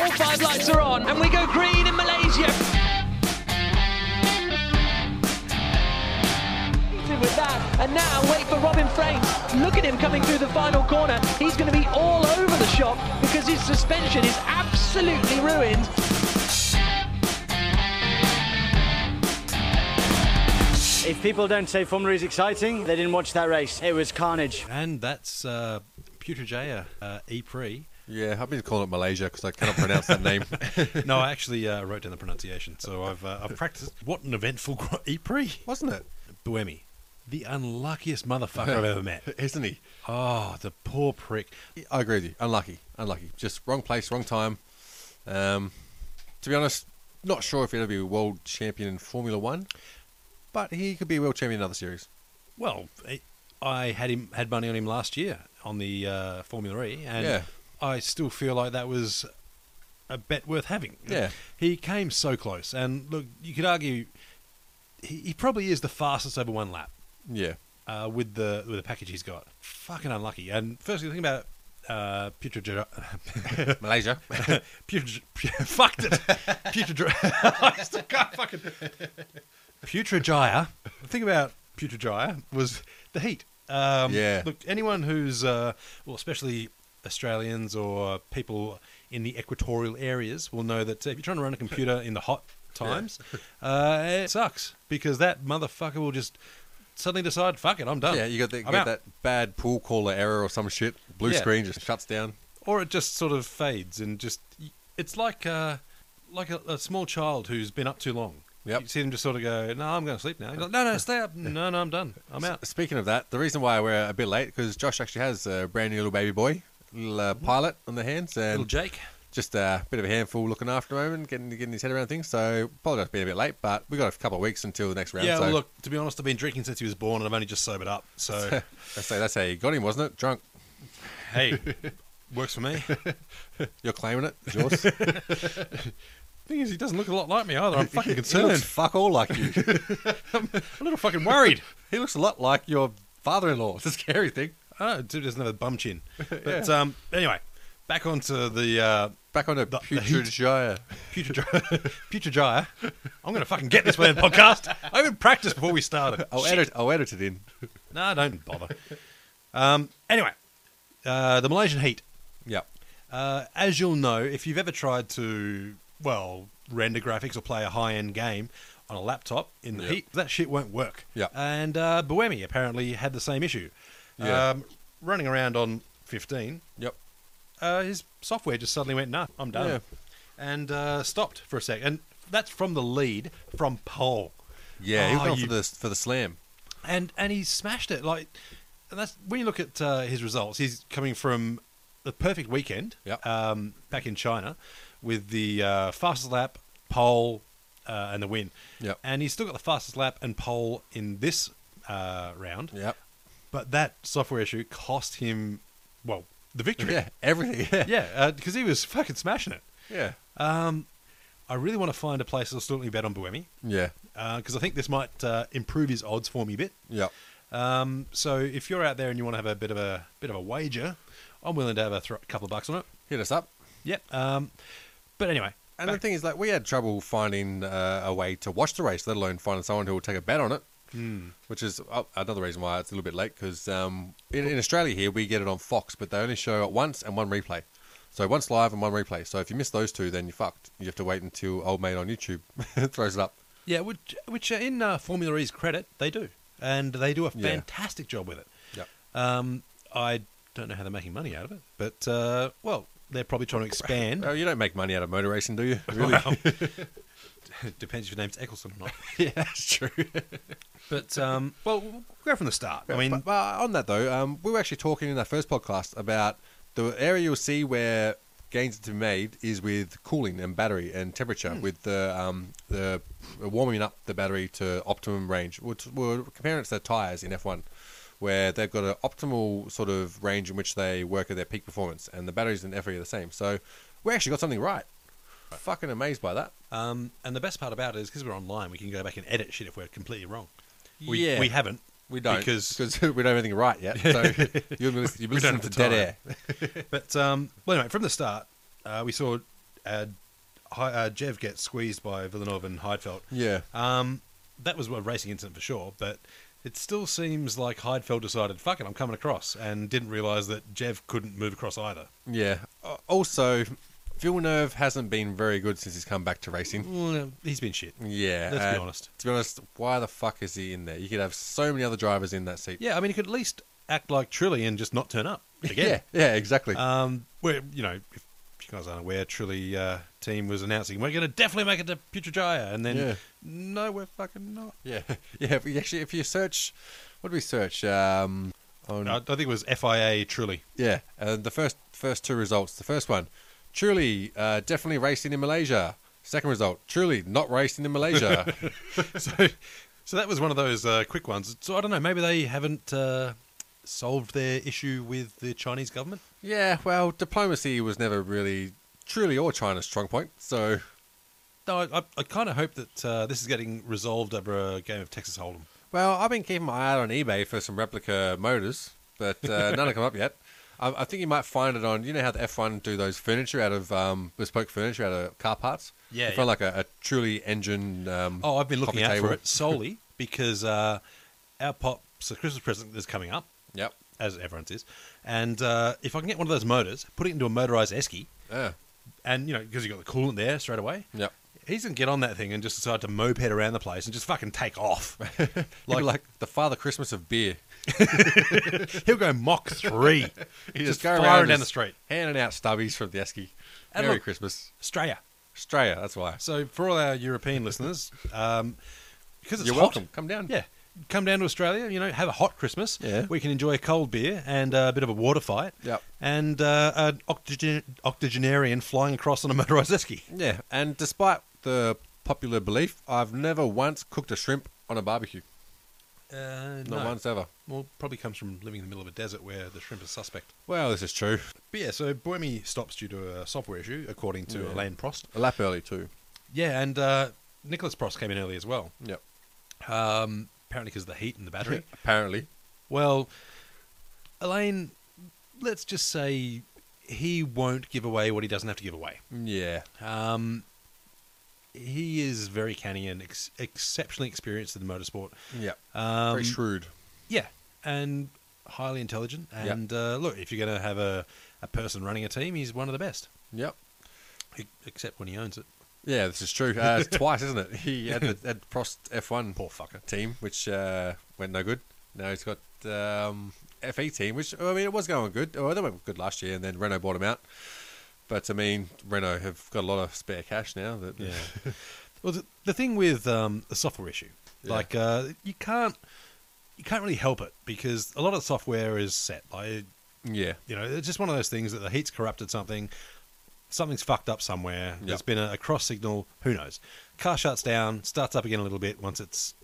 All five lights are on, and we go green in Malaysia. With that, and now wait for Robin Frames. Look at him coming through the final corner. He's going to be all over the shop because his suspension is absolutely ruined. If people don't say Formula is exciting, they didn't watch that race. It was carnage. And that's uh, Putrajaya uh, Ypres. Yeah, I've been calling it Malaysia because I cannot pronounce that name. No, I actually uh, wrote down the pronunciation, so I've uh, I've practiced. What an eventful E gro- Ypres, Wasn't it? Buemi, the unluckiest motherfucker I've ever met. Isn't he? Oh, the poor prick. I agree with you. Unlucky. Unlucky. Just wrong place, wrong time. Um, to be honest, not sure if he'll ever be a world champion in Formula One, but he could be a world champion in other series. Well, I- I had him had money on him last year on the uh, Formula E, and Yeah. I still feel like that was a bet worth having. Yeah. he came so close, and look, you could argue he, he probably is the fastest over one lap. Yeah. uh, with the with the package he's got. Fucking unlucky. And firstly, the thing about uh, Putrajaya, Malaysia. Putraj- fucked it, Putrajaya. I still can't fucking Putrajaya. The thing about Putrajaya was the heat. Um, Yeah. Look, anyone who's uh, well, especially Australians or people in the equatorial areas will know that uh, if you're trying to run a computer in the hot times, uh, it sucks because that motherfucker will just suddenly decide, "Fuck it, I'm done." yeah, you got, the, you I'm got out." that bad pool caller error or some shit. Blue Yeah. screen just shuts down. or it just sort of fades and just it's like uh like a, a small child who's been up too long. Yep. You see them just sort of go, "No, I'm going to sleep now." He's like, no, no, stay up. No, no, I'm done. I'm out. S- Speaking of that, the reason why we're a bit late because Josh actually has a brand new little baby boy, little uh, pilot on the hands, and Mm-hmm. Little Jake. just a bit of a handful looking after him and getting getting his head around things. So apologise for being a bit late, but we got a couple of weeks until the next round. Yeah, so well, look, to be honest, I've been drinking since he was born, and I've only just sobered up. So, I say that's how you got him, wasn't it? Drunk. hey, works for me. You're claiming it. It's yours. He Thing is, he doesn't look a lot like me either. I'm fucking looks concerned. fuck all like you. I'm a little fucking worried. he looks a lot like your father-in-law. It's a scary thing. Oh, dude doesn't have a bum chin. But um, anyway, back onto the uh, Back on to The- the Putrajaya. Putrajaya. Putrajaya. I'm going to fucking get this man podcast. I even practiced before we started. I'll Shit. Oh, edit. I'll edit it in. No, don't bother. um, anyway, uh, the Malaysian heat. Yep. Uh, as you'll know, if you've ever tried to, well, render graphics or play a high end game on a laptop in the Yep. heat, that shit won't work. Yep. And uh, Buemi apparently had the same issue. Yeah. Um, running around on 15, Yep. uh, his software just suddenly went, nah, I'm done. Yeah. And uh, stopped for a sec. And that's from the lead from pole. Yeah. he Oh, was going you- for the for the slam. and and he smashed it. Like and that's when you look at uh, his results. He's coming from the perfect weekend Yep. um, back in China with the uh, fastest lap, pole, uh, and the win. Yep. And he's still got the fastest lap and pole in this uh, round. Yep. But that software issue cost him, well, the victory. Yeah. Everything. Yeah. yeah, because he was fucking smashing it. Yeah. I really want to find a place that'll still let me bet on Buemi Yeah. because I think this might uh, improve his odds for me a bit. Yep. Um, so if you're out there and you want to have a bit of a bit of a wager, I'm willing to have a thro- couple of bucks on it. Hit us up. Yep. Um, but anyway, And the thing is, like, we had trouble finding uh, a way to watch the race, let alone finding someone who will take a bet on it. Mm. Which is uh, another reason why it's a little bit late because um, in, in Australia here we get it on Fox, but they only show it once and one replay. So once live and one replay. So if you miss those two, then you're fucked. You have to wait until old mate on YouTube throws it up. yeah, which which uh, in uh, Formula E's credit they do, and they do a Yeah. fantastic job with it. Yep. Um, I don't know how they're making money out of it, but uh, well, they're probably trying to expand. Oh, you don't make money out of motor racing, do you? Really? Wow. Depends if your name's Eccleston or not. yeah, that's true. But um, well, we'll go from the start. I I mean, mean, uh, on that though, um, we were actually talking in that first podcast about the area you'll see where gains to be made is with cooling and battery and temperature, Hmm. with the um, the warming up the battery to optimum range. We're, t- we're comparing it to the tires in F1, where they've got an optimal sort of range in which they work at their peak performance, and the batteries in FE are the same. So we actually got something right. Fucking amazed by that. um, and the best part about it is because we're online, we can go back and edit shit if we're completely wrong. We, Yeah. we haven't. We don't because we don't have anything right yet. So you'll be, you'll be We don't listening have to the dead air. time. But um, well, anyway, from the start, uh, we saw uh, Hi- uh, Jev get squeezed by Villeneuve and Heidfeld. Yeah. Um, that was a racing incident for sure, but it still seems like Heidfeld decided, "Fuck it, I'm coming across," and didn't realise that Jev couldn't move across either. Yeah. Uh, Also, Villeneuve hasn't been very good since he's come back to racing. Well, he's been shit. Yeah. Mm. Let's be uh, honest. To be honest, why the fuck is he in there? You could have so many other drivers in that seat. Yeah, I mean, he could at least act like Trilly and just not turn up Yeah. again. Yeah. Exactly. Um, where you know, if you guys aren't aware, Trilly uh, team was announcing we're going to definitely make it to Putrajaya, and then Yeah. no, we're fucking not. yeah. Yeah. If you actually, if you search, what do we search? Um, on, I, I think it was FIA Trilly. yeah. Uh, the first first two results. The first one, truly, uh, definitely racing in Malaysia. Second result, truly not racing in Malaysia. so, so that was one of those uh, quick ones. So I don't know. Maybe they haven't uh, solved their issue with the Chinese government. yeah. Well, diplomacy was never really, truly, or China's strong point. So. No, I, I, I kind of hope that uh, this is getting resolved over a game of Texas Hold'em. Well, I've been keeping my eye out on eBay for some replica motors, but uh, none have come up yet. I, I think you might find it on. You know how the F1 do those furniture out of um, bespoke furniture out of car parts. Yeah, you yeah. find like a, a truly engine. Um, Oh, I've been looking coffee out table. for it solely because uh, our pop's a Christmas present that's coming up, Yep. as everyone's is. And uh, if I can get one of those motors, put it into a motorized esky, Yeah. and you know because you got the coolant there straight away. Yep. He's gonna get on that thing and just decide to moped around the place and just fucking take off. Like, like the Father Christmas of beer. He'll go Mach three. You just go firing around down just the street. handing out stubbies from the esky. And Merry look- Christmas, Australia. Australia. That's why. So for all our European listeners, um, because it's You're hot, welcome. Come down. Yeah, come down to Australia. You know, have a hot Christmas. Yeah. we can enjoy a cold beer and uh, a bit of a water fight. Yep. and uh, an octogen- octogenarian flying across on a motorised esky. Yeah. And despite the popular belief, I've never once cooked a shrimp on a barbecue. Uh, Not once ever. Well, probably comes from living in the middle of a desert where the shrimp is suspect. Well, this is true. But yeah, so Boemi stops due to a software issue, according to Yeah. Elaine Prost. A lap early too. Yeah, and uh, Nicholas Prost came in early as well. Yep. Um, apparently because of the heat in the battery. Apparently. Well, Elaine, let's just say he won't give away what he doesn't have to give away. Yeah. Um, he is very canny and ex- exceptionally experienced in the motorsport. Yeah. Um, Very shrewd. Yeah, and highly intelligent. Yeah. And uh, look, if you're going to have a, a person running a team, he's one of the best, Yep. e- except when he owns it. Yeah, this is true. Uh, it's twice, isn't it? He had the had Prost F1 Poor fucker. team, which uh, went no good. Now he's got um, FE team, which I mean, it was going good. Oh, they went good last year, and then Renault bought him out. But I mean, Renault have got a lot of spare cash now. That Yeah. well, the, the thing with um, the software issue, Yeah. like uh, you can't you can't really help it because a lot of software is set. Like yeah, you know, it's just one of those things that the heat's corrupted something, something's fucked up somewhere. There's Yep. been a, a cross signal. Who knows? Car shuts down, starts up again a little bit once it's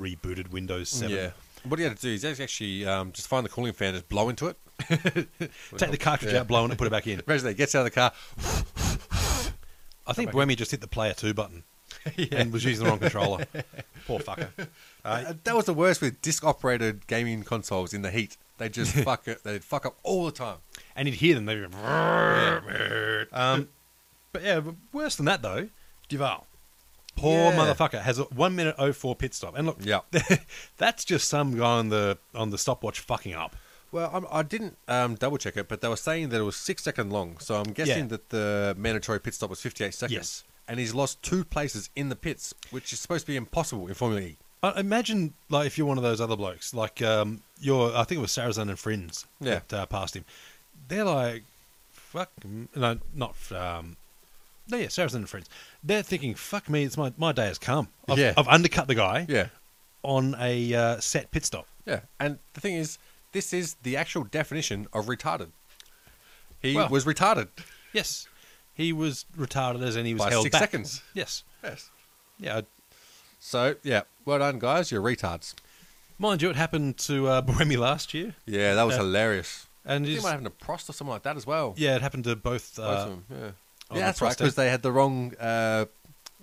rebooted Windows Seven. yeah. What he had to do is actually um, just find the cooling fan, just blow into it. Take the cartridge out, blow it, and put it back in. Imagine that he gets out of the car. I think Buemi just hit the player two button and was using the wrong controller. Poor fucker. Uh, that was the worst with disc operated gaming consoles in the heat. They just fuck it. They fuck up all the time. and you'd hear them. They'd be um, but yeah, but worse than that though, Duval, poor Yeah. motherfucker, has a one minute oh four pit stop. And look, Yeah. that's just some guy on the on the stopwatch fucking up. Well, I'm, I didn't um, double check it, but they were saying that it was six second long. So I'm guessing Yeah. that the mandatory pit stop was 58 seconds. Yes. And he's lost two places in the pits, which is supposed to be impossible in Formula E. I imagine like if you're one of those other blokes, like um, you're, I think it was Sarazan and friends Yeah. that uh, passed him. They're like, fuck, m- no, not um, No, yeah, Saracen and friends. They're thinking, "Fuck me, it's my, my day has come. I've, Yeah. I've undercut the guy Yeah. on a uh, set pit stop." Yeah, and the thing is, this is the actual definition of retarded. He Well- was retarded. Yes, he was retarded as, and he was By held six back. seconds. Yes, Yes. yeah. I- So yeah, well done, guys. You're retards. Mind you, it happened to uh, Bohemi last year, Yeah, that was hilarious. and I Uh, think it is- might have happened to Prost or something like that as well. yeah, it happened to both, Both uh, of them, yeah. on Yeah, the that's right. prostate. Because they had the wrong, uh,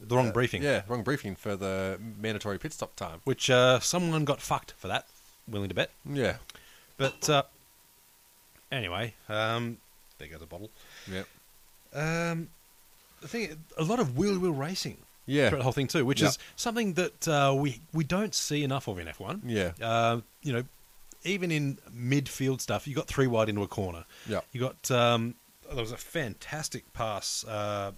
the wrong briefing. yeah, wrong briefing for the mandatory pit stop time. which uh, someone got fucked for that. Willing to bet, Yeah, but uh, anyway, um, there goes a bottle. yeah, Um, the thing, a lot of wheel to wheel racing. Yeah. throughout the whole thing too, which Yeah. is something that uh, we we don't see enough of in F one. Yeah. uh, you know, even in midfield stuff, you got three wide into a corner. Yeah. you got um, there was a fantastic pass. Uh,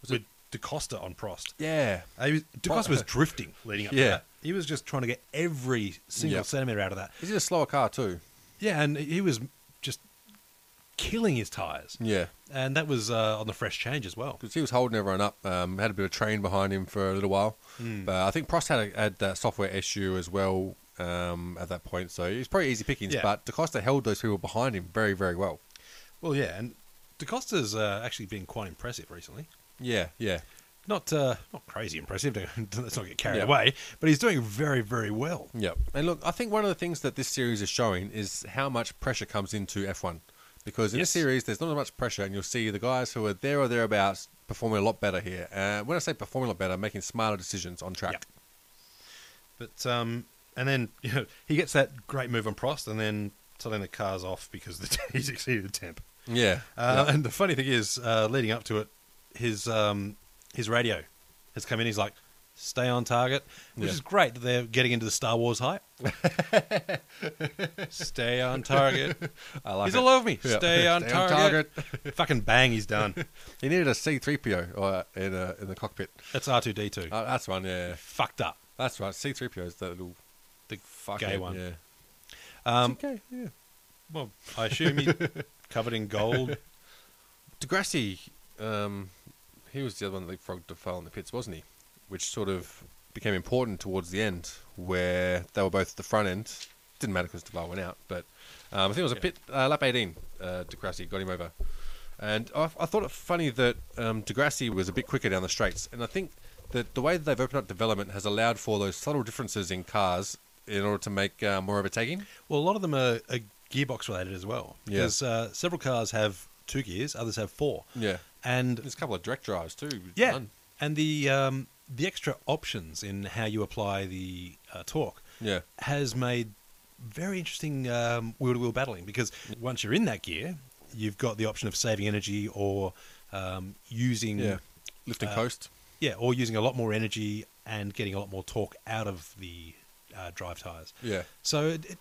was with it DeCosta on Prost? yeah. Uh, he was- DeCosta was drifting leading up. Yeah. to that. he was just trying to get every single Yeah. centimeter out of that. Is it a slower car too? Yeah, and he was just killing his tires. Yeah, And that was uh, on the fresh change as well. because he was holding everyone up. Um, had a bit of train behind him for a little while, Hmm. but I think Prost had a, had that software issue as well um, at that point. So it was probably easy pickings. Yeah. But DaCosta held those people behind him very, very well. Well, yeah, and DaCosta's uh, actually been quite impressive recently. Yeah, yeah, Not uh, not crazy impressive. don't- Let's not get carried Yeah. away. But he's doing very, very well. yeah. And look, I think one of the things that this series is showing is how much pressure comes into F1. Because in this Yes. series, there's not as much pressure, and you'll see the guys who are there or thereabouts performing a lot better here. Uh, when I say performing a lot better, making smarter decisions on track. Yeah. But um, and then you know, he gets that great move on Prost, and then suddenly the car's off because the he's exceeded the temp. Yeah. Uh, And the funny thing is, uh, leading up to it, his um, his radio has come in. He's like, "Stay on target," which Yeah. is great that they're getting into the Star Wars hype. Stay on target. I like he's it. all over me. Yeah. Stay on Stay on target. Fucking bang, he's done. He needed a C3PO uh, in, uh, in the cockpit. That's R two D two. Uh, that's one, yeah. Fucked up. That's right. C3PO is that little The fucking gay one. Yeah. Um, okay, yeah. well, I assume he covered in gold. Degrassi, um, he was the other one that leapfrogged to fail in the pits, wasn't he? Which sort of became important towards the end, where they were both at the front end. Didn't matter because DeVal went out, but um, I think it was a pit uh, lap 18. Uh, Degrassi got him over, and I, I thought it funny that um, Degrassi was a bit quicker down the straights, and I think that the way that they've opened up development has allowed for those subtle differences in cars in order to make uh, more overtaking. Well, a lot of them are, are gearbox related as well. Yeah. Because uh, several cars have two gears, others have four. Yeah. And There's a couple of direct drives too. yeah, None. and the um, the extra options in how you apply the uh, torque Yeah. has made very interesting um, wheel-to-wheel battling because once you're in that gear, you've got the option of saving energy or um, using Yeah. Lift and coast. yeah, or using a lot more energy and getting a lot more torque out of the uh, drive tires. Yeah. So it, it,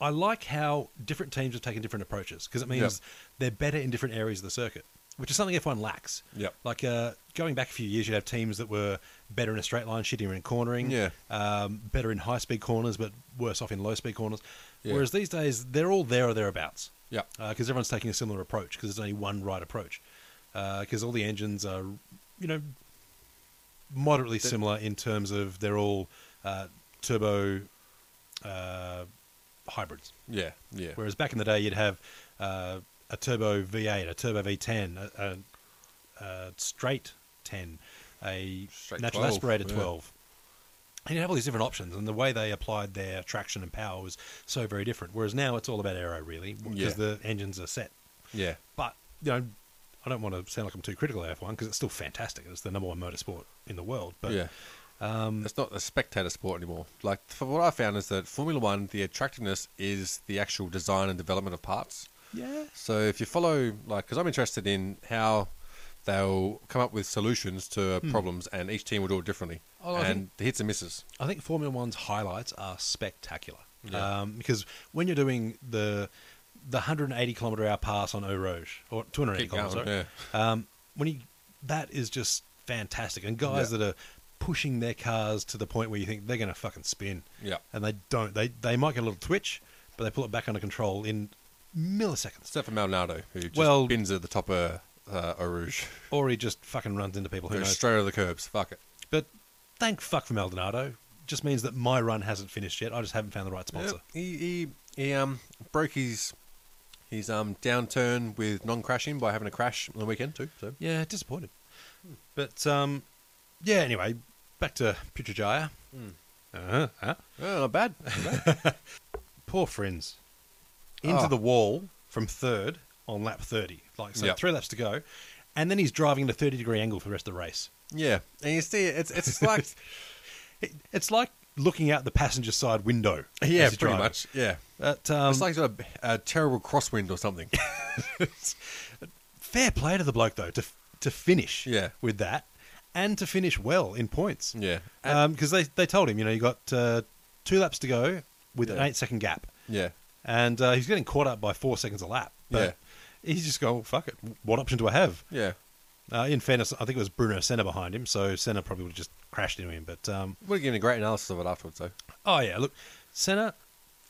I like how different teams have taken different approaches because it means they're better in different areas of the circuit, which is something F1 lacks. Yep. Like uh, going back a few years, you'd have teams that were better in a straight line, shittier in cornering, Yeah. um, better in high speed corners, but worse off in low speed corners. Yeah. Whereas these days, they're all there or thereabouts Yeah. because Uh, everyone's taking a similar approach because there's only one right approach because all the engines are you know moderately similar in terms of they're all uh, turbo uh, hybrids Yeah, yeah, whereas back in the day you'd have uh, a turbo v8 a turbo v10 a, a, a straight 10 a Straight natural 12, aspirator yeah. 12 and you have all these different options, and the way they applied their traction and power was so very different. Whereas now it's all about aero, really, because Yeah. the engines are set. yeah, But you know, I don't want to sound like I'm too critical of F1 because it's still fantastic. It's the number one motorsport in the world. But yeah. Um, it's not a spectator sport anymore. Like for what I found is that Formula One, the attractiveness is the actual design and development of parts. yeah, So if you follow, like, because I'm interested in how they'll come up with solutions to problems, and each team will do it differently, Hmm. Oh, I and think- the hits and misses. I think Formula One's highlights are spectacular Yeah. um, because when you're doing the the 180 kilometer hour pass on Eau Rouge or 280 Keep going, kilometers, sorry, um, when you that is just fantastic, and guys Yeah. that are pushing their cars to the point where you think they're going to fucking spin, Yeah. and they don't. They they might get a little twitch, but they pull it back under control in milliseconds. Except for Maldonado, who just Well- bins at the top of uh, Eau Rouge. Or he just fucking runs into people. Who Go knows? straight over the curbs. Fuck it. But thank fuck for Maldonado. Just means that my run hasn't finished yet. I just haven't found the right sponsor. He, he he um broke his his um downturn with non-crashing by having a crash on the weekend too. So Yeah, disappointed. Hmm. But um, yeah. Anyway, back to Putrajaya. Hmm. Uh-huh. huh yeah, Oh, not bad. Poor friends. Into Oh. the wall from third on lap thirty. Like so, Yep. three laps to go, and then he's driving at a thirty degree angle for the rest of the race. yeah, and you see it's it's like It, it's like looking out the passenger side window. yeah, as you're pretty driving. much yeah. But um, it's like he's got a, a terrible crosswind or something. fair play to the bloke though to to finish Yeah. with that and to finish well in points Yeah. because they they told him you know you got uh, two laps to go with an Yeah. eight second gap yeah, and uh, he's getting caught up by four seconds a lap but he's just going fuck it what option do I have yeah. uh, in fairness I think it was Bruno Senna behind him so Senna probably would have just crashed into him but um, We're getting a great analysis of it afterwards though. oh yeah look Senna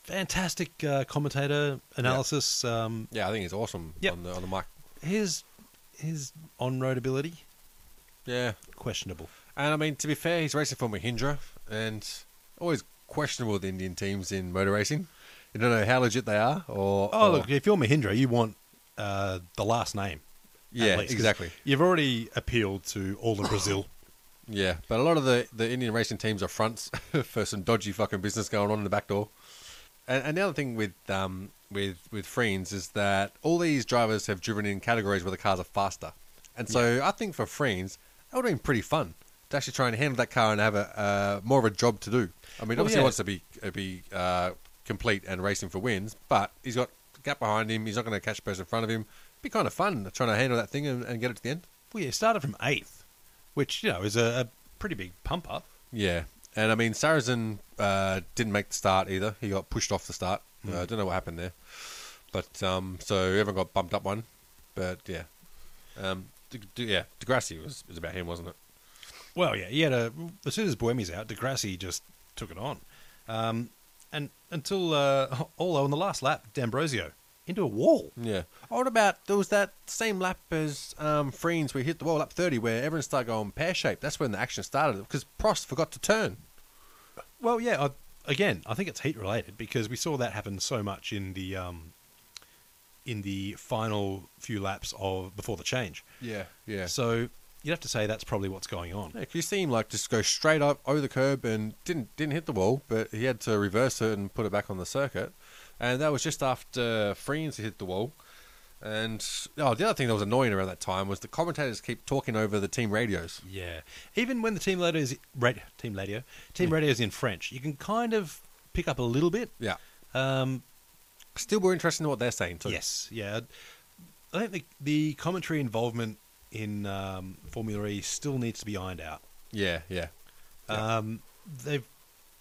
fantastic uh, commentator analysis um, Yeah, I think it's awesome Yep. on the on the mic. his his on road ability Yeah, questionable and I mean to be fair, he's racing for Mahindra, and always questionable with Indian teams in motor racing. You don't know how legit they are, or Oh, or- look, if you're Mahindra, you want uh, the last name. at yeah, least, 'cause exactly. You've already appealed to all of Brazil. Yeah, but a lot of the, the Indian racing teams are fronts for some dodgy fucking business going on in the back door. And, and the other thing with um with with Friends is that all these drivers have driven in categories where the cars are faster, and so I think for Friends that would have been pretty fun to actually try and handle that car and have a uh, more of a job to do. I mean, Well, obviously yeah. he wants to be uh, be uh, complete and racing for wins, but he's got a gap behind him. He's not going to catch a person in front of him. It'd be kind of fun trying to handle that thing and, and get it to the end. well, yeah, started from eighth, which, you know, is a, a pretty big pump up. Yeah, and I mean Saracen uh, didn't make the start either. He got pushed off the start. Uh, I don't know what happened there, but um, so everyone got bumped up one. But yeah, um, d- d- yeah, Degrassi was, was about him, wasn't it? Well, yeah, he had a. As soon as Boemi's out, Degrassi just took it on. Um, and until, uh, although on the last lap, D'Ambrosio into a wall. Yeah. Oh, what about there was that same lap as um, Friends where he hit the wall up thirty, where everyone started going pear shaped. That's when the action started because Prost forgot to turn. Well, yeah, I, again, I think it's heat related because we saw that happen so much in the. Um, in the final few laps of before the change, Yeah, yeah. So So you'd have to say that's probably what's going on. you see him like just go straight up over the curb and didn't didn't hit the wall, but he had to reverse it and put it back on the circuit. And that was just after Friends hit the wall. And oh, the other thing that was annoying around that time was the commentators keep talking over the team radios. Yeah. Even when the team radio is radio, team radio, team radio is in French, you can kind of pick up a little bit. Yeah, Um, still more interested in what they're saying too. yes. Yeah. I think the, the commentary involvement in um, Formula E still needs to be ironed out. yeah, yeah, Um, they've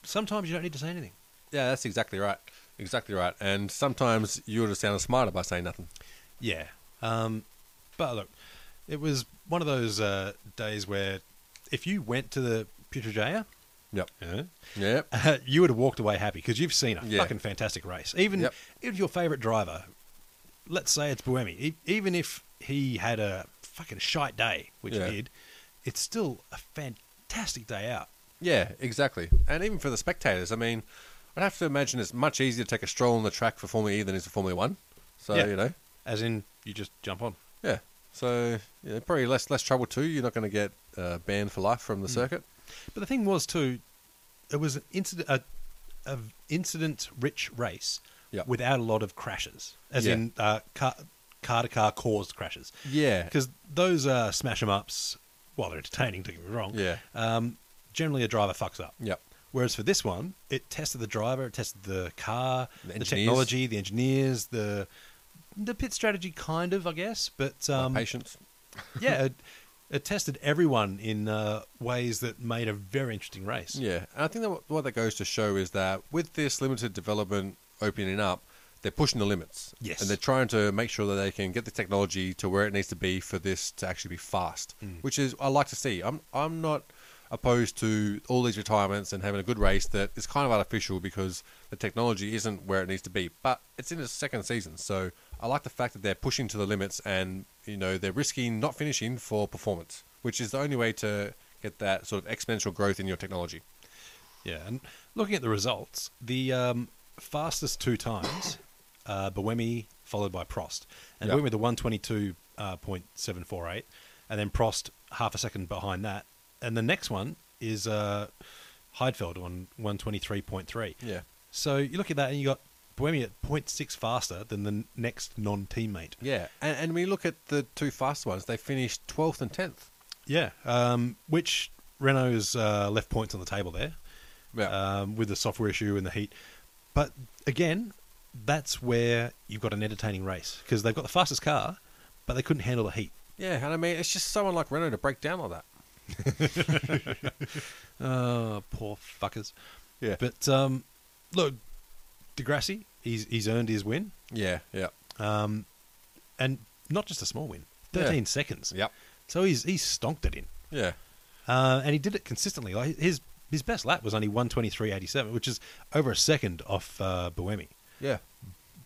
sometimes you don't need to say anything. yeah. That's exactly right, exactly right. And sometimes you would have sounded smarter by saying nothing. Yeah. Um, but look, it was one of those uh, days where if you went to the Putrajaya, Yep, uh, yep. uh, you would have walked away happy because you've seen a Yeah. fucking fantastic race. Even Yep. if your favourite driver, let's say it's Buemi, e- even if he had a fucking shite day, which Yeah. he did, it's still a fantastic day out. Yeah, exactly. And even for the spectators, I mean, I'd have to imagine it's much easier to take a stroll on the track for Formula E than it is for Formula One. So Yeah. you know, As in, you just jump on. yeah. So yeah, probably less less trouble too. You're not going to get uh, banned for life from the circuit. But the thing was too, it was an incident, a, a incident-rich race Yeah. without a lot of crashes, as Yeah. in uh, car to car caused crashes. Yeah. because those uh, smash 'em ups, while they're entertaining, don't get me wrong. Yeah. um, generally a driver fucks up. Yep. Whereas for this one, it tested the driver, it tested the car, The the, engineers. technology, the engineers, the the pit strategy, kind of, I guess. But My um, patience. yeah, it, it tested everyone in uh, ways that made a very interesting race. Yeah, and I think that what- what that goes to show is that with this limited development opening up, they're pushing the limits. Yes. and they're trying to make sure that they can get the technology to where it needs to be for this to actually be fast, which is I like to see. I'm I'm not opposed to all these retirements and having a good race that is kind of artificial because the technology isn't where it needs to be. But it's in its second season, so I like the fact that they're pushing to the limits and you know they're risking not finishing for performance, which is the only way to get that sort of exponential growth in your technology. Yeah, and looking at the results, the um, fastest two times, uh, Buemi followed by Prost, and Yeah. Buemi the one twenty two point seven four eight, and then Prost half a second behind that, and the next one is uh, Heidfeld on one twenty three point three. Yeah. So you look at that, and you got Buemi at 0.6 faster than the n- next non teammate. Yeah, and, and we look at the two fast ones. They finished twelfth and tenth. Yeah, um, which Renault's uh, left points on the table there. Yeah, um, with the software issue and the heat. But again, that's where you've got an entertaining race because they've got the fastest car, but they couldn't handle the heat. yeah, and I mean it's just someone like Renault to break down like that. Oh, poor fuckers. Yeah. But um, look, Degrassi, he's he's earned his win, Yeah, yeah, and not just a small win. Thirteen Yeah. seconds. Yep. So he's he's stonked it in, yeah, uh, and he did it consistently. Like his his best lap was only one twenty three eighty seven, which is over a second off uh, Buemi. yeah,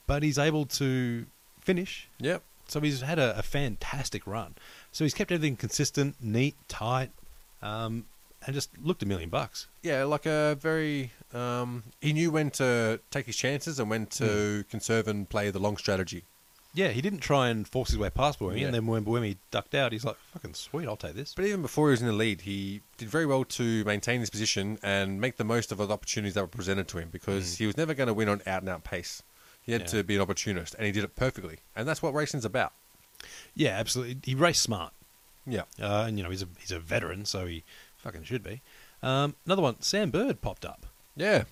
But he's able to finish yep. So he's had a, a fantastic run. So he's kept everything consistent, neat, tight, um, and just looked a million bucks. Yeah, like a very. Um, he knew when to take his chances and when to conserve and play the long strategy. Yeah, he didn't try and force his way past Buemi, Yeah. and then when Buemi ducked out, he's like, "Fucking sweet, I'll take this." But even before he was in the lead, he did very well to maintain his position and make the most of the opportunities that were presented to him because he was never going to win on out and out pace. He had Yeah. to be an opportunist, and he did it perfectly. And that's what racing's about. Yeah, absolutely. He raced smart, Yeah. uh, and you know he's a he's a veteran, so he fucking should be. Um, another one, Sam Bird popped up, Yeah.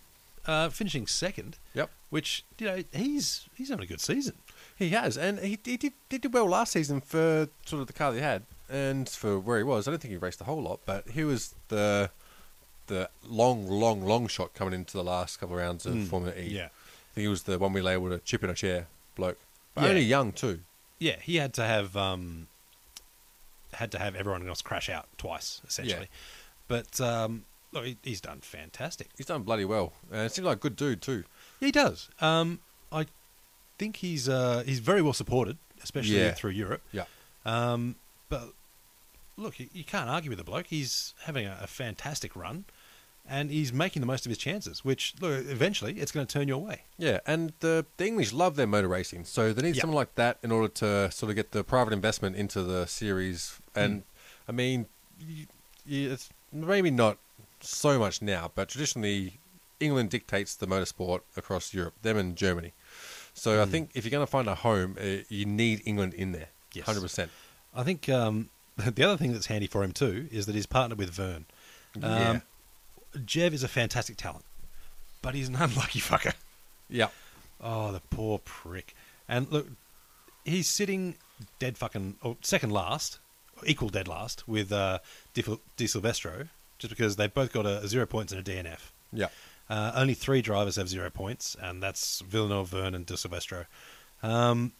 uh, finishing second. Yep. Which you know he's he's having a good season. He has, and he, he did he did well last season for sort of the car that he had, and for where he was. I don't think he raced a whole lot, but he was the the long, long, long shot coming into the last couple of rounds of Formula E. Mm. yeah. I think he was the one we labelled a chip in a chair bloke, but Yeah. only young too. Yeah, he had to have um, had to have everyone else crash out twice essentially. But um, look, he, he's done fantastic. He's done bloody well, and it seems like a good dude too. He does. Um, I think he's uh, he's very well supported, especially Yeah. through Europe. Yeah, Um, but look, you, you can't argue with the bloke. He's having a, a fantastic run, and he's making the most of his chances. Which look, eventually, it's going to turn your way. yeah, and the, the English love their motor racing, so they need Yeah. someone like that in order to sort of get the private investment into the series. Mm. And I mean, you, you, it's maybe not so much now, but traditionally, England dictates the motorsport across Europe, them and Germany. So Mm. I think if you're going to find a home, uh, you need England in there, Yes. hundred percent. I think um, the other thing that's handy for him too is that he's partnered with Vern. Um, Yeah. Jev is a fantastic talent, but he's an unlucky fucker. Yeah, Oh, the poor prick! And look, he's sitting dead fucking or second last, or equal dead last with uh, Di, Fil- Di Silvestro, just because they've both got a, a zero points and a DNF. yeah, Uh, only three drivers have zero points, and that's Villeneuve, Vern, and Di Silvestro. Um,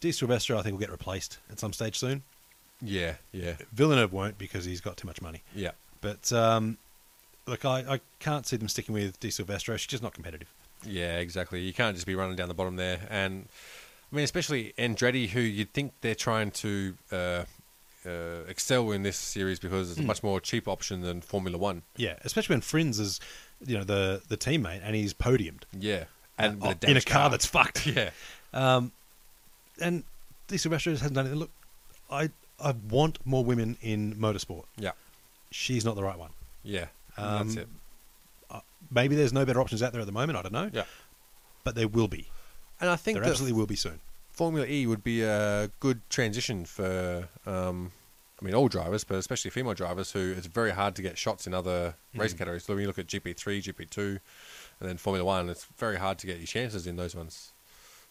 Di Silvestro, I think, will get replaced at some stage soon. yeah, yeah, Villeneuve won't because he's got too much money. yeah. But um, look, I, I can't see them sticking with Di Silvestro. She's just not competitive. Yeah, exactly. You can't just be running down the bottom there. And I mean, especially Andretti, who you'd think they're trying to uh, uh, excel in this series because it's a much more cheap option than Formula One. Yeah, especially when Friends is, you know, the the teammate and he's podiumed Yeah. And Uh, with in a damaged car, that's fucked. Yeah. And Di Silvestro just hasn't done anything. Look, I I want more women in motorsport. Yeah. She's not the right one. Yeah. Um, that's it. Maybe there's no better options out there at the moment. I don't know. Yeah. But there will be. And I think There that absolutely will be soon. Formula E would be a good transition for, um, I mean, all drivers, but especially female drivers, who it's very hard to get shots in other racing categories. So when you look at GP3, GP2, and then Formula One, it's very hard to get your chances in those ones.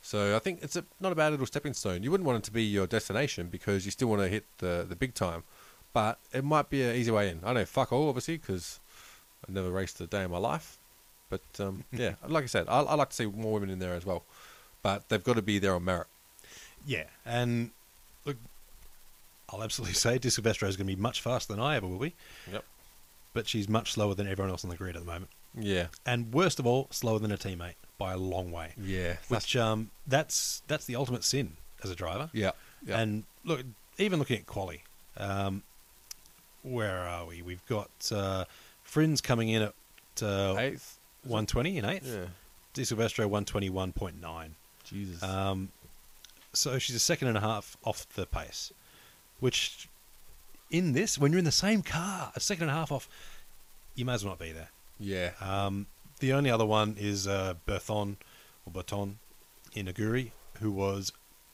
So I think it's a, not a bad little stepping stone. You wouldn't want it to be your destination because you still want to hit the, the big time, but it might be an easy way in. I know fuck all, obviously, because I've never raced a day in my life. But um, yeah, like I said, I, I like to see more women in there as well, but they've got to be there on merit. Yeah, and look, I'll absolutely say Di Silvestro is going to be much faster than I ever will be, Yep. but she's much slower than everyone else on the grid at the moment. Yeah. and worst of all, slower than a teammate by a long way. Yeah. Which um, that's that's the ultimate sin as a driver. yeah. Yeah. And look, even looking at quali, um, where are we? We've got uh, Friends coming in at uh, Eighth. 120 in eighth. Yeah. Di Silvestro 121.9. Jesus. Um, so she's a second and a half off the pace, which in this, when you're in the same car, a second and a half off, you may as well not be there. yeah. Um, the only other one is uh, Berthon or Berton in Aguri, who was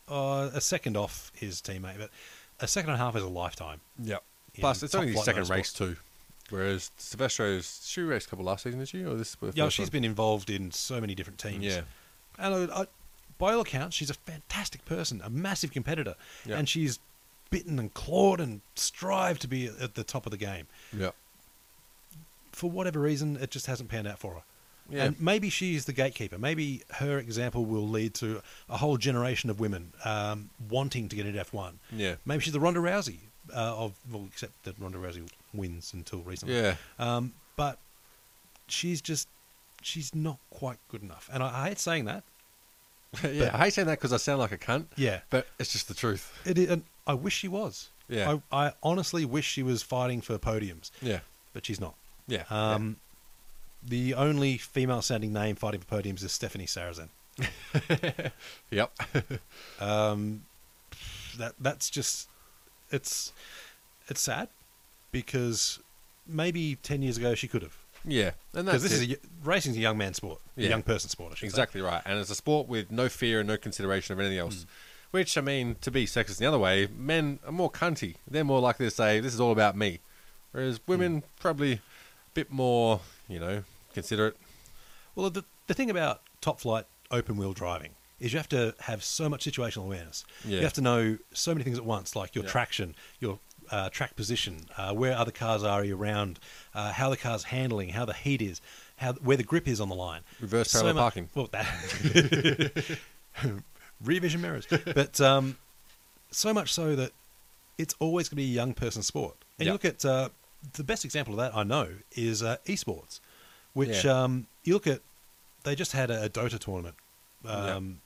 uh, a second off his teammate, but a second and a half is a lifetime. yeah. in Plus, it's top only the flight second motorsport. race too. Whereas Silvestro's she raced a couple last season, did she? Or this? Yeah, she's been involved in so many different teams. Yeah. and I, I, by all accounts, she's a fantastic person, a massive competitor, Yeah. and she's bitten and clawed and strived to be at the top of the game. Yeah. For whatever reason, it just hasn't panned out for her. Yeah. And maybe she's the gatekeeper. Maybe her example will lead to a whole generation of women um, wanting to get into F1. Yeah. Maybe she's the Ronda Rousey uh, of, well, except that Ronda Rousey wins until recently. Yeah. Um, but she's just, she's not quite good enough. And I, I hate saying that. yeah. I hate saying that because I sound like a cunt. Yeah. But it's just the truth. It is, and I wish she was. Yeah. I, I honestly wish she was fighting for podiums, Yeah. but she's not. Yeah. Um, The only female sounding name fighting for podiums is Stephanie Sarrazin. yeah. Yep. That that's just it's it's sad because maybe ten years ago she could have yeah. And because that's this it. is a, y- racing's a young man sport, Yeah. a young person sport. I should say. Exactly right. And it's a sport with no fear and no consideration of anything Hmm. else. Which, I mean, to be sexist in the other way, men are more cunty. They're more likely to say, this is all about me. Whereas Hmm. women, probably a bit more, you know, considerate. Well, the, the thing about top flight open wheel driving is you have to have so much situational awareness. Yeah. You have to know so many things at once, like your Yeah. traction, your uh, track position, uh, where other cars are around, uh, how the car's handling, how the heat is, how where the grip is on the line. Reverse So parallel mu- parking. Well, that. Rear vision mirrors. But um, so much so that it's always going to be a young person sport. And Yeah. you look at uh, the best example of that I know is uh, esports, which Yeah. um, you look at. They just had a, a Dota tournament, Yeah. um,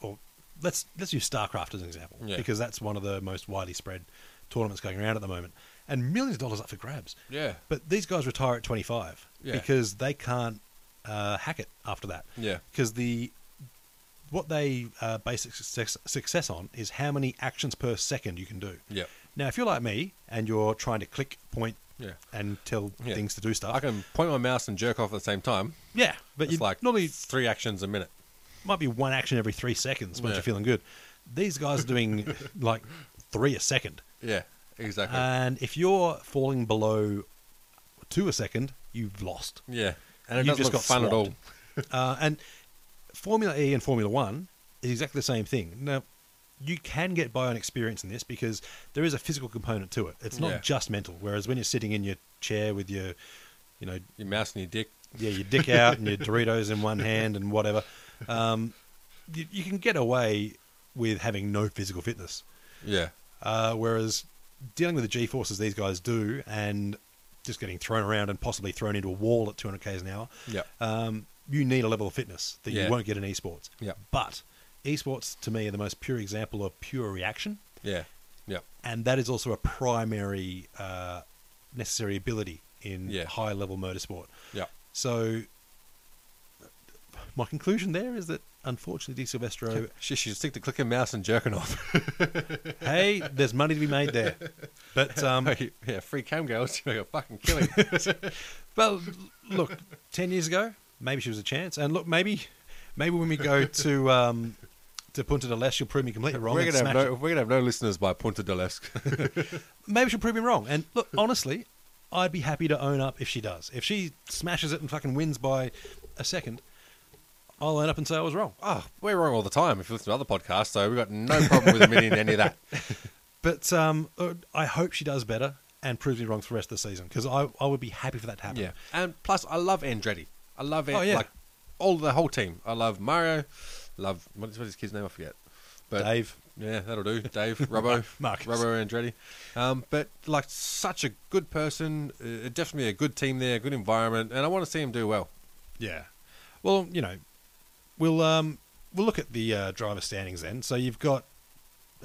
or let's let's use StarCraft as an example Yeah. because that's one of the most widely spread tournaments going around at the moment, and millions of dollars up for grabs. Yeah. But these guys retire at 25 Yeah. because they can't uh, hack it after that. Yeah. Because the what they uh, base success, success on is how many actions per second you can do. Yep. Now, if you're like me and you're trying to click, point, Yeah. and tell Yeah. things to do stuff, I can point my mouse and jerk off at the same time. yeah, but It's you like normally three actions a minute. might be one action every three seconds when Yeah. you're feeling good. These guys are doing like three a second. Yeah, exactly. And if you're falling below two a second, you've lost. yeah. And it you've doesn't just got look fun at all. swamped. Uh, and Formula E and Formula One is exactly the same thing. Now, you can get by on experience in this because there is a physical component to it. It's not Yeah. just mental. Whereas when you're sitting in your chair with your, you know, Your mouse and your dick. yeah, your dick out and your Doritos in one hand and whatever, um, you, you can get away with having no physical fitness. Yeah. Uh, whereas dealing with the G forces these guys do and just getting thrown around and possibly thrown into a wall at 200 k's an hour, Yep. um, you need a level of fitness that Yeah. you won't get in esports. Yep. But esports to me are the most pure example of pure reaction, Yeah. Yep. and that is also a primary uh, necessary ability in Yeah. high level motorsport. Yep. So, my conclusion there is that unfortunately, Di Silvestro, She should stick to clicking mouse and jerking off. hey, there's money to be made there. But um, yeah, free cam girls. You make a fucking killing. Well, look, ten years ago, maybe she was a chance, and look, maybe, maybe when we go to um, to Punta del Este, she'll prove me completely wrong. We're and gonna, have smash no, it. we're gonna have no listeners by Punta del Este. Maybe she'll prove me wrong. And look, honestly, I'd be happy to own up if she does. If she smashes it and fucking wins by a second, I'll own up and say I was wrong. oh, we're wrong all the time if you listen to other podcasts, so we've got no problem with admitting any of that. But um, uh, I hope she does better and proves me wrong for the rest of the season because I, I would be happy for that to happen. Yeah. And plus, I love Andretti. I love it. Oh, yeah. Like, all the whole team. I love Mario. Love, what is, what is his kid's name? I forget. But Dave. Yeah, that'll do. Dave, Robbo, Marcus. Robbo Andretti. Um, but like such a good person, uh, definitely a good team there, good environment, and I want to see him do well. Yeah. Well, you know, we'll um, we'll look at the uh, driver standings then. So you've got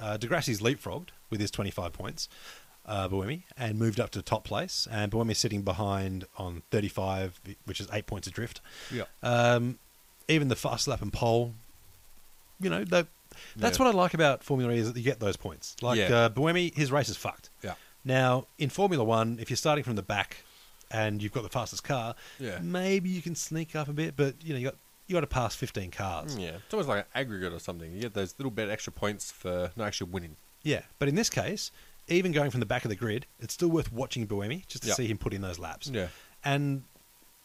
uh, Degrassi's leapfrogged with his 25 points, uh, Buemi, and moved up to top place. And Buemi's sitting behind on 35, which is eight points adrift. Yeah. Um, even the fast lap and pole, you know, they, that's Yeah. what I like about Formula E is that you get those points. Like Yeah. uh, Buemi, his race is fucked. Yeah. Now, in Formula One, if you're starting from the back and you've got the fastest car, Yeah. maybe you can sneak up a bit, but you know, you got you got to pass 15 cars. Mm, Yeah, it's almost like an aggregate or something. You get those little bit extra points for not actually winning. Yeah, but in this case, even going from the back of the grid, it's still worth watching Buemi just to Yeah. see him put in those laps. Yeah. and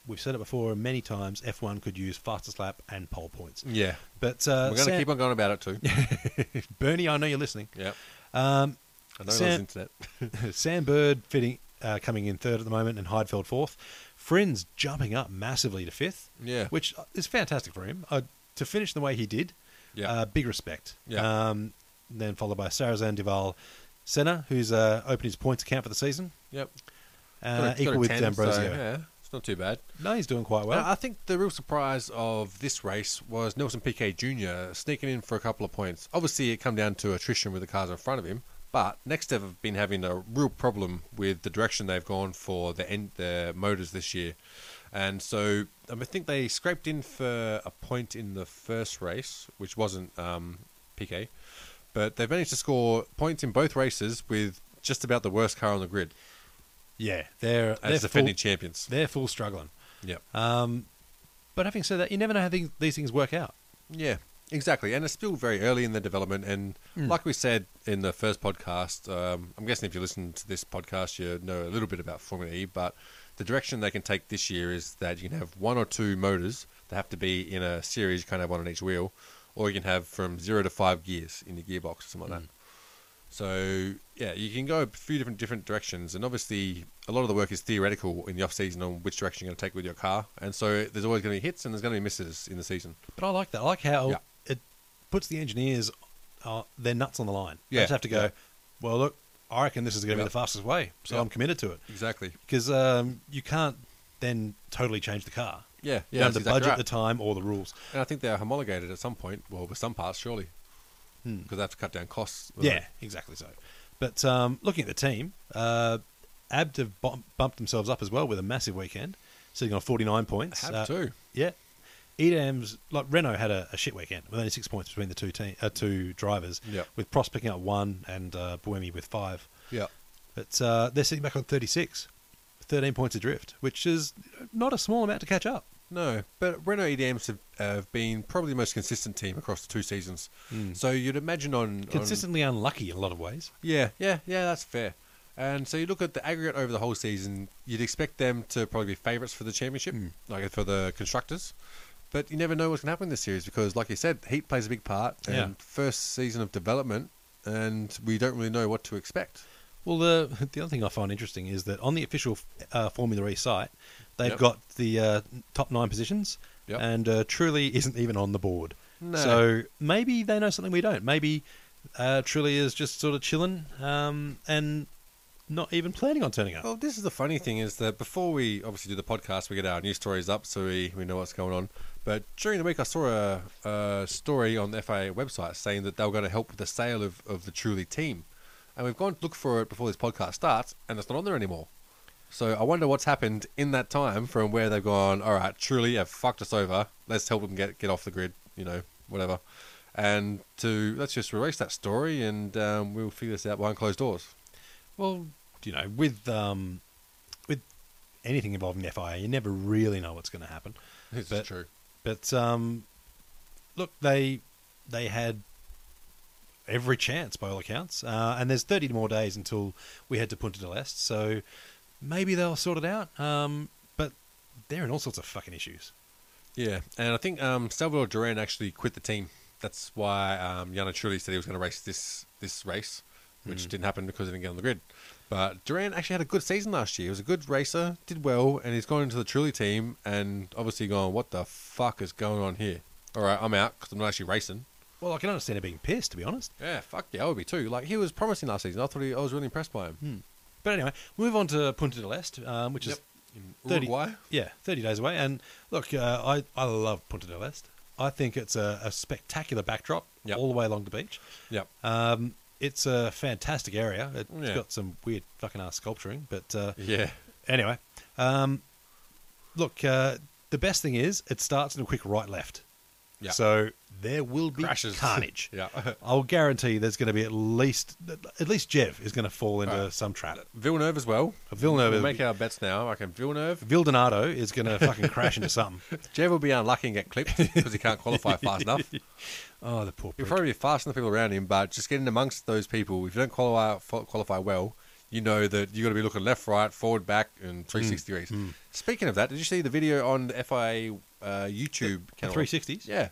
we've said it before many times. F1 could use fastest lap and pole points. Yeah. but uh, Mm. We're going to Sam- keep on going about it too. Yeah. Bernie, I know you're listening. I know Um, Sam- there's internet. Sam Bird fitting uh, coming in third at the moment, and Heidfeld fourth. Friends jumping up massively to fifth. Yeah. which is fantastic for him. Uh, to finish the way he did, Yeah. uh, big respect. Yeah. Um, then followed by Sarazan Duval, Senna, who's uh, opened his points account for the season, Yep. uh, Got a- got a equal with 10, so, D'Ambrosio. yeah, it's not too bad. No, he's doing quite well. Now, Uh, I think the real surprise of this race was Nelson Piquet Jr. sneaking in for a couple of points. Obviously, it come down to attrition with the cars in front of him. But next step have been having a real problem with the direction they've gone for the end the motors this year, and so um, I think they scraped in for a point in the first race, which wasn't um, Piquet, but they've managed to score points in both races with just about the worst car on the grid yeah, they're as they're defending full, champions. they're full struggling. Yep. But having said that, you never know how these, these things work out. Yeah, exactly. And it's still very early in the development. And like we said in the first podcast, um, I'm guessing if you listen to this podcast, you know a little bit about Formula E. But the direction they can take this year is that you can have one or two motors that have to be in a series, you can't have one on each wheel, or you can have from zero to five gears in your gearbox or something like that. So yeah, you can go a few different different directions, and obviously a lot of the work is theoretical in the off season on which direction you're going to take with your car, and so there's always going to be hits and there's going to be misses in the season. But I like that. I like how Yeah. it puts the engineers uh, their nuts on the line. They Yeah, just have to go. yeah. Well, look, I reckon this is going to Yeah. be the fastest way, so Yeah. I'm committed to it Exactly. because um, you can't then totally change the car. Yeah, you yeah, don't have that's the exactly budget, right. the time, or the rules. And I think they're homologated at some point. Well, with some parts, surely, because they have to cut down costs. Hmm. Yeah, exactly so. But um, looking at the team, uh, Abt have bump, bumped themselves up as well with a massive weekend, sitting on 49 points. Abt Uh, too. Yeah. Edam's, like Renault had a, a shit weekend with only six points between the two team, uh, two drivers, Yep. with Prost picking up one and uh, Buemi with five. yeah, But uh, they're sitting back on 36, 13 points adrift, which is not a small amount to catch up. no. But Renault EDMs have, have been probably the most consistent team across the two seasons. Hmm. So you'd imagine on on- Consistently unlucky in a lot of ways. yeah, yeah, yeah. That's fair. And so you look at the aggregate over the whole season. You'd expect them to probably be favourites for the championship, Hmm. like for the constructors. But you never know what's going to happen in this series because, like you said, heat plays a big part. And Yeah. first season of development, and we don't really know what to expect. Well, the the other thing I find interesting is that on the official uh, Formula E site, they've Yep. got the uh, top nine positions, Yep. and uh, Truly isn't even on the board. No. So maybe they know something we don't. Maybe uh, Truly is just sort of chilling um, and not even planning on turning up. Well, this is the funny thing is that before we obviously do the podcast, we get our news stories up so we, we know what's going on. But during the week, I saw a, a story on the FIA website saying that they were going to help with the sale of, of the Truly team. And we've gone to look for it before this podcast starts, and it's not on there anymore. So I wonder what's happened in that time from where they've gone, all right, Truly have fucked us over. Let's help them get, get off the grid, you know, whatever. And to let's just erase that story and um, we'll figure this out behind closed doors. Well, you know, with um, with anything involving the FIA, you never really know what's going to happen. This is But- true. But um, look, they they had every chance by all accounts, uh, and there's 30 more days until we head to Punta del Este, so maybe they'll sort it out. Um, but they're in all sorts of fucking issues. Yeah, and I think um, Salvador Duran actually quit the team. That's why um, Yana Trulli said he was going to race this this race, which Hmm. didn't happen because he didn't get on the grid. But Duran actually had a good season last year. He was a good racer, did well, and he's gone into the Trulli team and obviously gone, what the fuck is going on here? All right, I'm out because I'm not actually racing. Well, I can understand it being pissed, to be honest. Yeah, fuck yeah, I would be too. Like, he was promising last season. I thought he, I was really impressed by him. But anyway, we'll move on to Punta del Este, um, which Yep. is In 30, Uruguay? Yeah, 30 days away. And look, uh, I, I love Punta del Este. I think it's a, a spectacular backdrop Yep. all the way along the beach. Yep. Um, it's a fantastic area. It's Yeah. got some weird fucking ass sculpturing, but uh, Yeah. anyway, um, look, uh, the best thing is it starts in a quick right left. Yeah. So there will be Crashes. carnage. Yeah. I'll guarantee there's going to be at least at least Jev is going to fall into some trap. Villeneuve as well. Villeneuve- We'll make our bets now. I can Villeneuve. Vildonado is going to fucking crash into something. Jeff will be unlucky and get clipped because he can't qualify fast enough. Oh, the poor. He'll Prick. probably be faster than the people around him, but just getting amongst those people, if you don't qualify qualify well, you know that you've got to be looking left, right, forward, back, Mm. and 360 degrees. Speaking of that, did you see the video on the FIA uh, YouTube The channel? 360s. Yeah.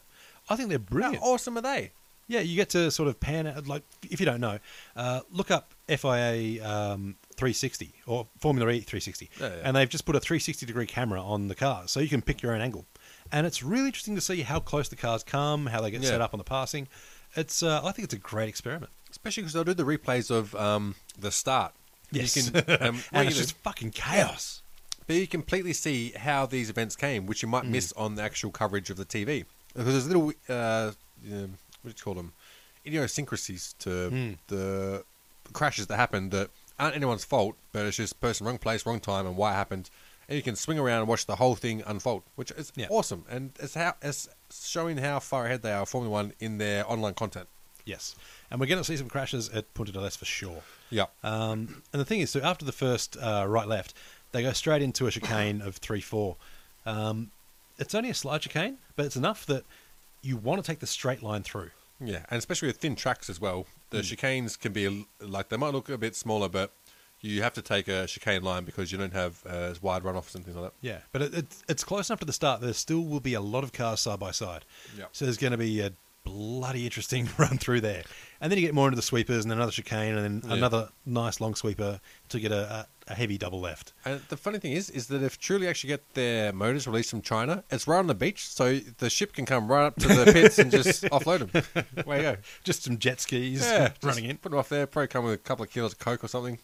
I think they're How brilliant. awesome are they? Yeah, you get to sort of pan out, like, if you don't know, uh, look up FIA um, 360 or Formula E 360. Yeah, yeah. And they've just put a 360 degree camera on the cars so you can pick your own angle. And it's really interesting to see how close the cars come, how they get Yeah. set up on the passing. It's, uh, I think it's a great experiment. Especially because they'll do the replays of um, the start. You can, um, and regularly- it's just fucking chaos. But you completely see how these events came, which you might miss on the actual coverage of the TV. Because there's little, uh, um, what do you call them? Idiosyncrasies to the crashes that happen that aren't anyone's fault, but it's just person, wrong place, wrong time, and why it happened. And you can swing around and watch the whole thing unfold, which is Yeah. awesome. And it's, how, it's showing how far ahead they are, of Formula One, in their online content. Yes. And we're going to see some crashes at Punta del Este for sure. Yeah. Um, and the thing is, so after the first uh, right left, they go straight into a chicane of three four. Um, it's only a slight chicane, but it's enough that you want to take the straight line through. Yeah, and especially with thin tracks as well, the Hmm. chicanes can be a- like they might look a bit smaller, but you have to take a chicane line because you don't have uh, as wide runoffs and things like that. Yeah, but it, it's it's close enough to the start. There still will be a lot of cars side by side. Yeah. So there's going to be a bloody interesting run through there, and then you get more into the sweepers and then another chicane, and then Yeah. another nice long sweeper to get a, a, a heavy double left. And the funny thing is, is that if Truly actually get their motors released from China, it's right on the beach, so the ship can come right up to the pits and just offload them. Way you go. Just some jet skis Yeah, running in. just Put them off there. Probably come with a couple of kilos of coke or something.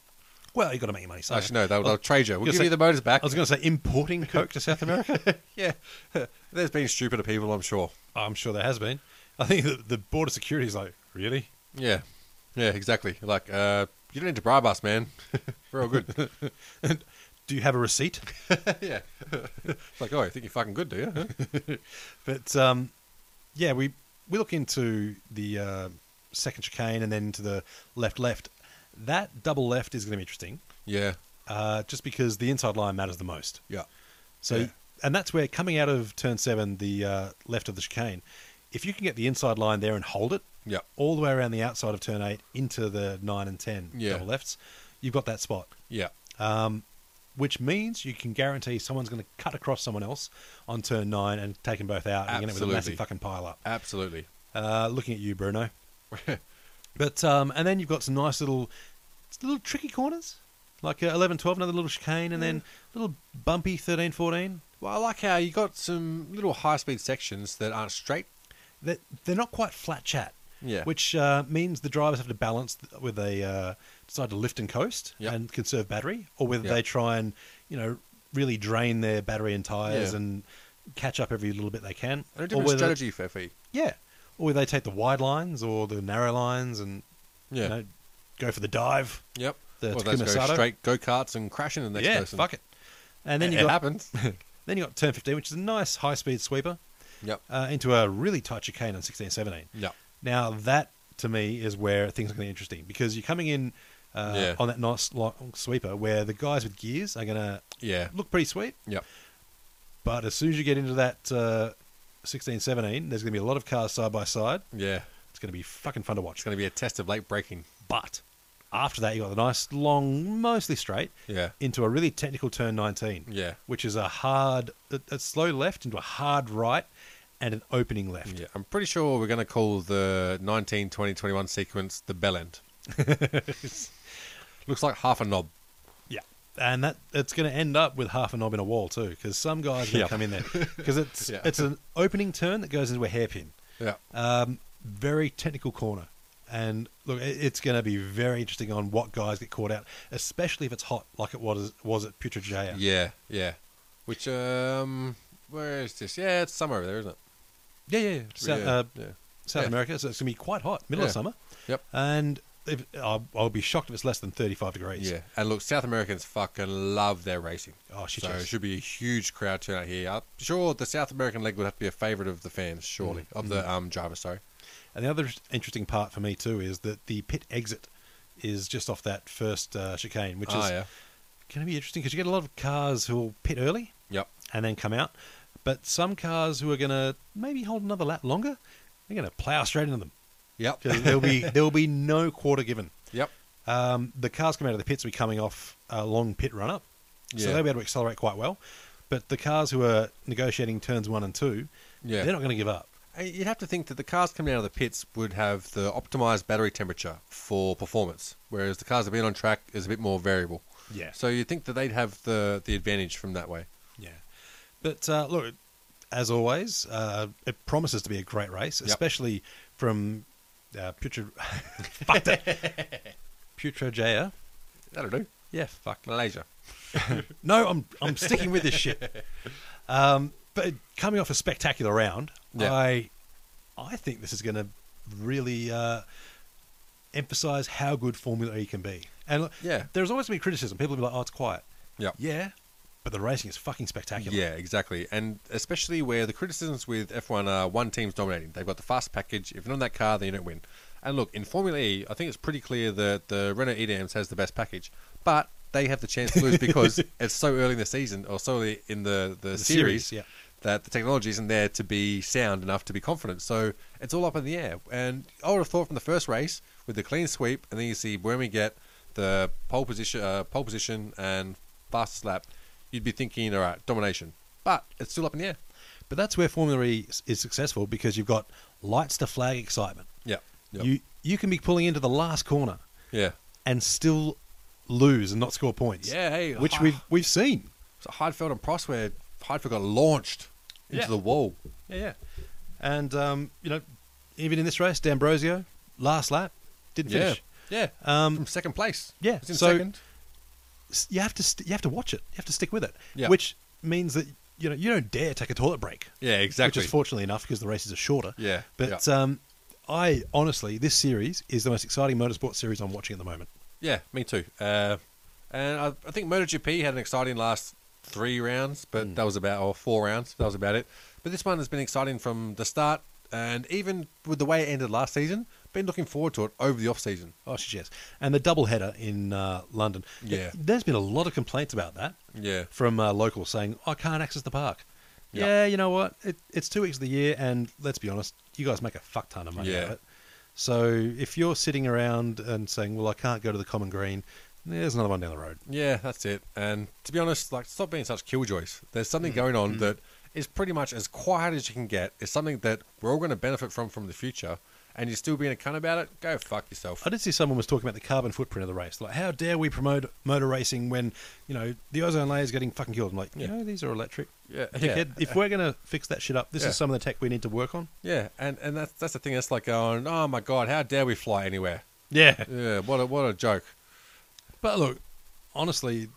Well, you got to make your money. So Actually, no, they'll, I was- they'll trade you. We'll gonna give say- you the motors back. I was going to say importing coke to South America. yeah, there's been stupider people, I'm sure. I'm sure there has been. I think the, the border security is like, really? Yeah, yeah, exactly. Like, uh, you don't need to bribe us, man. We're all good. Do you have a receipt? yeah. it's like, oh, you think you're fucking good, do you? Huh? but um, yeah, we we look into the uh, second chicane and then to the left left. That double left is going to be interesting, yeah. uh, just because the inside line matters the most. Yeah. So, Yeah. and that's where coming out of turn seven, the uh, left of the chicane, if you can get the inside line there and hold it, Yeah. all the way around the outside of turn eight into the nine and ten Yeah. double lefts, you've got that spot. Yeah. which means you can guarantee someone's going to cut across someone else on turn nine and take them both out and get it with a Absolutely. massive fucking pile up. Absolutely. Uh, looking at you, Bruno. but um, and then you've got some nice little, little tricky corners, like uh, 11, 12, another little chicane, and then little bumpy 13, 14. Well, I like how you got some little high speed sections that aren't straight. They're, they're not quite flat chat. Yeah. Which uh, means the drivers have to balance th- whether they uh, decide to lift and coast Yep. and conserve battery, or whether Yep. they try and you know really drain their battery and tires Yeah. and catch up every little bit they can, And a or different whether strategy for FE. yeah, or whether they take the wide lines or the narrow lines and Yeah. you know go for the dive. Yep. The or they just go Takuma Sato. straight go karts and crash into the next yeah, person. fuck it. And then it you got happens. then you got turn fifteen, which is a nice high speed sweeper yep. uh, into a really tight chicane on sixteen seventeen. Yep. Now that to me is where things are going to be interesting because you're coming in uh, Yeah. on that nice long sweeper where the guys with gears are going to Yeah. look pretty sweet, Yep. but as soon as you get into that uh, 16, 17, there's going to be a lot of cars side by side. Yeah. It's going to be fucking fun to watch. It's going to be a test of late breaking. But after that, you got the nice long, mostly straight, Yeah. into a really technical turn 19, Yeah. which is a hard, a, a slow left into a hard right and an opening left. Yeah. I'm pretty sure we're going to call the 19, 20, 21 sequence the bell end. Looks like half a knob. Yeah. And that it's going to end up with half a knob in a wall too, because some guys are going to Yeah. come in there because it's Yeah. it's an opening turn that goes into a hairpin, Yeah. um, very technical corner, and look, it- it's going to be very interesting on what guys get caught out, especially if it's hot like it was was at Putrajaya. Yeah, yeah. Which um, where is this? Yeah, it's somewhere over there, isn't it? yeah, yeah, yeah. South, Yeah, uh, yeah. South Yeah. America, so it's going to be quite hot, middle of Yeah. summer, Yep. and if, I'll, I'll be shocked if it's less than 35 degrees. Yeah, and look, South Americans fucking love their racing. Oh, shit, So yes. it should be a huge crowd turnout here. I'm sure the South American leg would have to be a favourite of the fans, surely, of the um, drivers. Sorry. And the other interesting part for me too is that the pit exit is just off that first uh, chicane, which Ah, is yeah. going to be interesting because you get a lot of cars who will pit early Yep. and then come out, but some cars who are going to maybe hold another lap longer, they're going to plow straight into them. Yep. 'Cause there'll be there'll be no quarter given. yep. Um, the cars coming out of the pits will be coming off a long pit run up, so Yeah. they'll be able to accelerate quite well. But the cars who are negotiating turns one and two, Yeah. they're not going to give up. And You'd have to think that the cars coming out of the pits would have the optimized battery temperature for performance, whereas the cars that have been on track is a bit more variable. Yeah. So you'd think that they'd have the, the advantage from that way. Yeah. But uh, look, as always, uh, it promises to be a great race, especially from uh, Putra. Fucked it. Putrajaya. That'll do. Yeah, fuck. Malaysia. No, I'm, I'm sticking with this shit. Um, but coming off a spectacular round, Yeah. I, I think this is going to really uh, emphasize how good Formula E can be. And look, Yeah. there's always been criticism. People will be like, oh, it's quiet. Yep. Yeah, but the racing is fucking spectacular. Yeah, exactly. And especially where the criticisms with F1 are one team's dominating. They've got the fast package. If you're not in that car, then you don't win. And look, in Formula E, I think it's pretty clear that the Renault EDMs has the best package, but they have the chance to lose because it's so early in the season or so early in the, the, series, series, yeah. that the technology isn't there to be sound enough to be confident. So it's all up in the air. And I would have thought from the first race with the clean sweep, and then you see when we get the pole position, uh, pole position, and fastest lap, you'd be thinking, all right, domination. But it's still up in the air. But that's where Formula E s- is successful because you've got lights to flag excitement. Yeah. Yep. You you can be pulling into the last corner yeah. and still lose and not score points. Yeah, hey, which ah. we've we've seen. So Heidfeld and Prost, where Heidfeld got launched into Yeah. the wall. Yeah, yeah. And um, you know, even in this race, D'Ambrosio last lap didn't Yeah. finish. Yeah. Um, from second place. yeah, It's in so- second. S- You have to st- you have to watch it. You have to stick with it. Yeah. Which means that you know you don't dare take a toilet break. Yeah, exactly. Which is fortunately enough because the races are shorter. Yeah, But yeah. um, I honestly, this series is the most exciting motorsport series I'm watching at the moment. Yeah, me too. Uh, and I, I think MotoGP had an exciting last three rounds, but that was about or four rounds. That was about it. But this one has been exciting from the start, and even with the way it ended last season, been looking forward to it over the off season. Oh, shit, yes. And the double header in uh, London. Yeah. There's been a lot of complaints about that Yeah, from uh, locals saying, I can't access the park. Yeah. Yeah, you know what? It, it's two weeks of the year, and let's be honest, you guys make a fuck ton of money out of Yeah. it. So if you're sitting around and saying, well, I can't go to the common green, there's another one down the road. yeah, that's it. And to be honest, like stop being such killjoys. There's something going on that is pretty much as quiet as you can get. It's something that we're all going to benefit from from the future. And you're still being a cunt about it? Go fuck yourself. I did see someone was talking about the carbon footprint of the race. Like, how dare we promote motor racing when, you know, the ozone layer is getting fucking killed? I'm like, you Yeah. know, these are electric. Yeah, Dickhead, If we're going to fix that shit up, this Yeah. is some of the tech we need to work on. Yeah, and, and that's that's the thing. That's like going, oh my god, how dare we fly anywhere? Yeah. Yeah, what a what a joke. But look, honestly,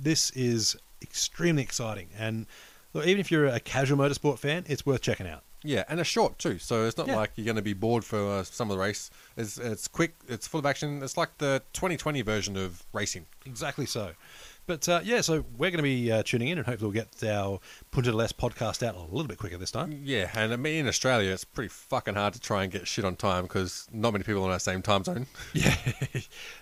this is extremely exciting. And look, even if you're a casual motorsport fan, it's worth checking out. Yeah, and it's short too, so it's not Yeah. like you're going to be bored for uh, some of the race. It's it's quick, it's full of action. It's like the 2020 version of racing. Exactly so. But uh, yeah, so we're going to be uh, tuning in and hopefully we'll get our Punta del Este podcast out a little bit quicker this time. Yeah, and I mean in Australia, it's pretty fucking hard to try and get shit on time because not many people are in our same time zone. Yeah.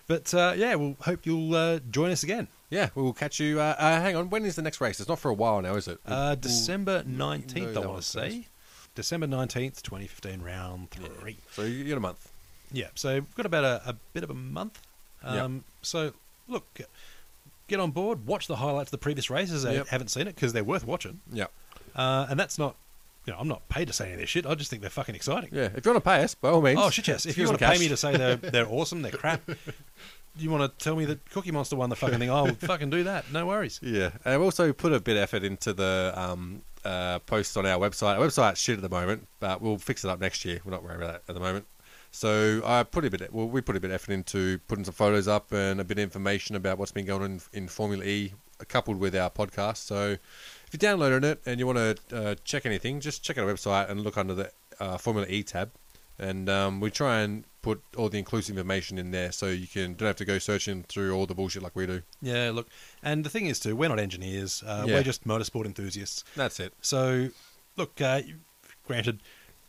but uh, yeah, we'll hope you'll uh, join us again. yeah, we'll catch you. Uh, uh, hang on, when is the next race? It's not for a while now, is it? Uh, We'll- December 19th, that I want to one's say. December 19th, 2015, round three. so you got a month. Yeah, so we've got about a, a bit of a month. Yep. Um, So, look, get on board, watch the highlights of the previous races. I Yep. haven't seen it because they're worth watching. Yeah, Uh, and that's not, you know, I'm not paid to say any of this shit. I just think they're fucking exciting. yeah. If you want to pay us, by all means. Oh, shit, yes. If you Use want to the pay cash. me to say they're, they're awesome, they're crap, you want to tell me that Cookie Monster won the fucking thing, I'll fucking do that. No worries. Yeah, and I've also put a bit of effort into the um, uh, posts on our website. Our website's shit at the moment, but we'll fix it up next year. We're not worried about that at the moment. So I put a bit. Well, we put a bit of effort into putting some photos up and a bit of information about what's been going on in, in Formula E, coupled with our podcast. So if you're downloading it and you want to uh, check anything, just check our website and look under the uh, Formula E tab. and um, we try and put all the inclusive information in there so you can don't have to go searching through all the bullshit like we do. Yeah, look, and the thing is too, we're not engineers. Uh, Yeah. We're just motorsport enthusiasts. That's it. So, look, uh, granted,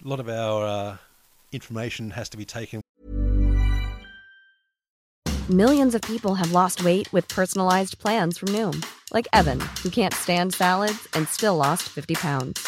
a lot of our uh, information has to be taken Millions of people have lost weight with personalized plans from Noom, like Evan, who can't stand salads and still lost 50 pounds.